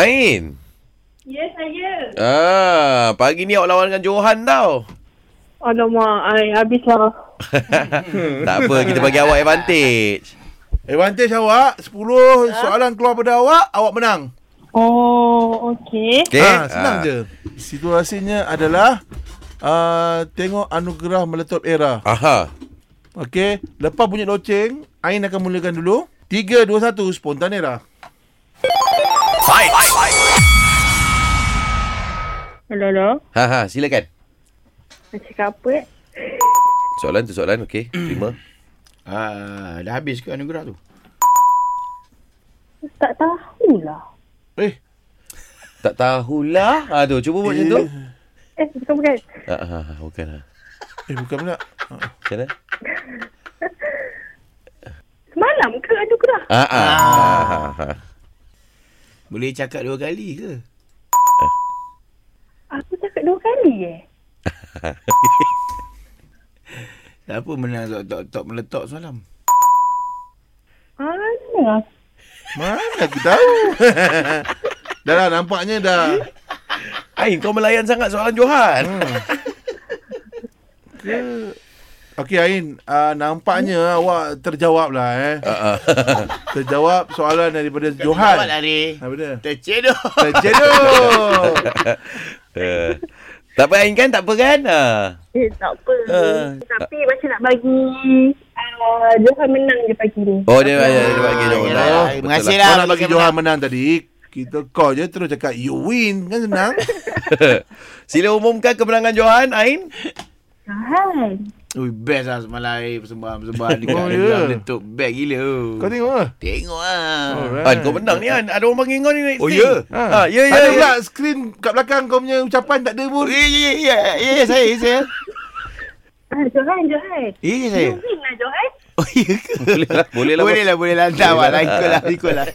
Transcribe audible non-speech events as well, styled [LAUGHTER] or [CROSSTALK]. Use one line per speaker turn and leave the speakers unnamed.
Ain.
Ya, saya.
Ah, pagi ni awak lawan dengan Johan
[LAUGHS]
tau.
Alamak, ai, habislah.
tak apa, kita bagi awak advantage.
Advantage Eh, awak 10 soalan keluar pada awak Awak menang
Oh, okey.
Okay?
ha, Senang
Ah.
je Situasinya adalah uh, Tengok anugerah meletup era
Aha.
Okey Lepas bunyi loceng Ain akan mulakan dulu 3, 2, 1 Spontan era
Hello, hello.
Ha ha, silakan.
Nak cakap apa eh?
Soalan tu soalan, okey.
Hmm.
Terima.
Ah, dah habis ke anugerah tu?
Tak tahulah.
Eh
Tak tahulah. Ha tu, cuba buat macam tu.
Eh, bukan, bukan.
Ha ha, ha, bukan ha.
Eh bukan pula
Macam mana?
Semalam ke anugerah?
Ha
Ah.
ha. ha, ha, ha.
Boleh cakap dua kali ke?
Aku cakap dua kali eh.
Siapa menang top, top, top meletok semalam?
Mana?
Mana aku tahu [LAUGHS] Dah lah nampaknya dah
Ain, kau melayan sangat soalan Johan.
Hmm.
Okey Ain uh, Nampaknya awak terjawab lah eh
Ha, ha.
Terjawab soalan daripada
Awak
Johan
lari.
Daripada
Tercedoh.
[LAUGHS] Terjenuh
[LAUGHS] Eh, tak apa Ain kan? Tak apa kan? Ha.
Eh, tak apa.
Ah.
Tapi macam nak bagi uh, Johan menang je pagi ni.
Oh, dia dia dia bagi Johan.
yelah.
Oh,
Terima kasih
betul
lah.
Kau nak bagi
bagi
Johan menang tadi Kita call je Terus cakap You win Kan senang
[LAUGHS] Sila umumkan kemenangan Johan, Ain.
Johan.
[LAUGHS] Ui, best lah semalam eh. Persembahan-persembahan dekat
Oh,
oh,
ya.
yeah. meletok. Best gila.
Kau tengok lah
Tengok lah.
Alright.
An, Ah, kau menang ni An. Ada orang panggil kau ni next
Oh,
thing.
ya?
Ha, ya, ya.
Ada
ya. [LAUGHS]
pula screen kat belakang kau punya ucapan tak ada pun.
Ya, ya, ya, ya, ya, saya, saya.
Ah, Johan, Johan.
Ya, ya,
You
saya.
win lah, Johan.
Oh, ya ke?
Boleh lah, boleh lah.
Boleh lah, boleh lah. Hantar awak lah. Ikut lah, ikut lah.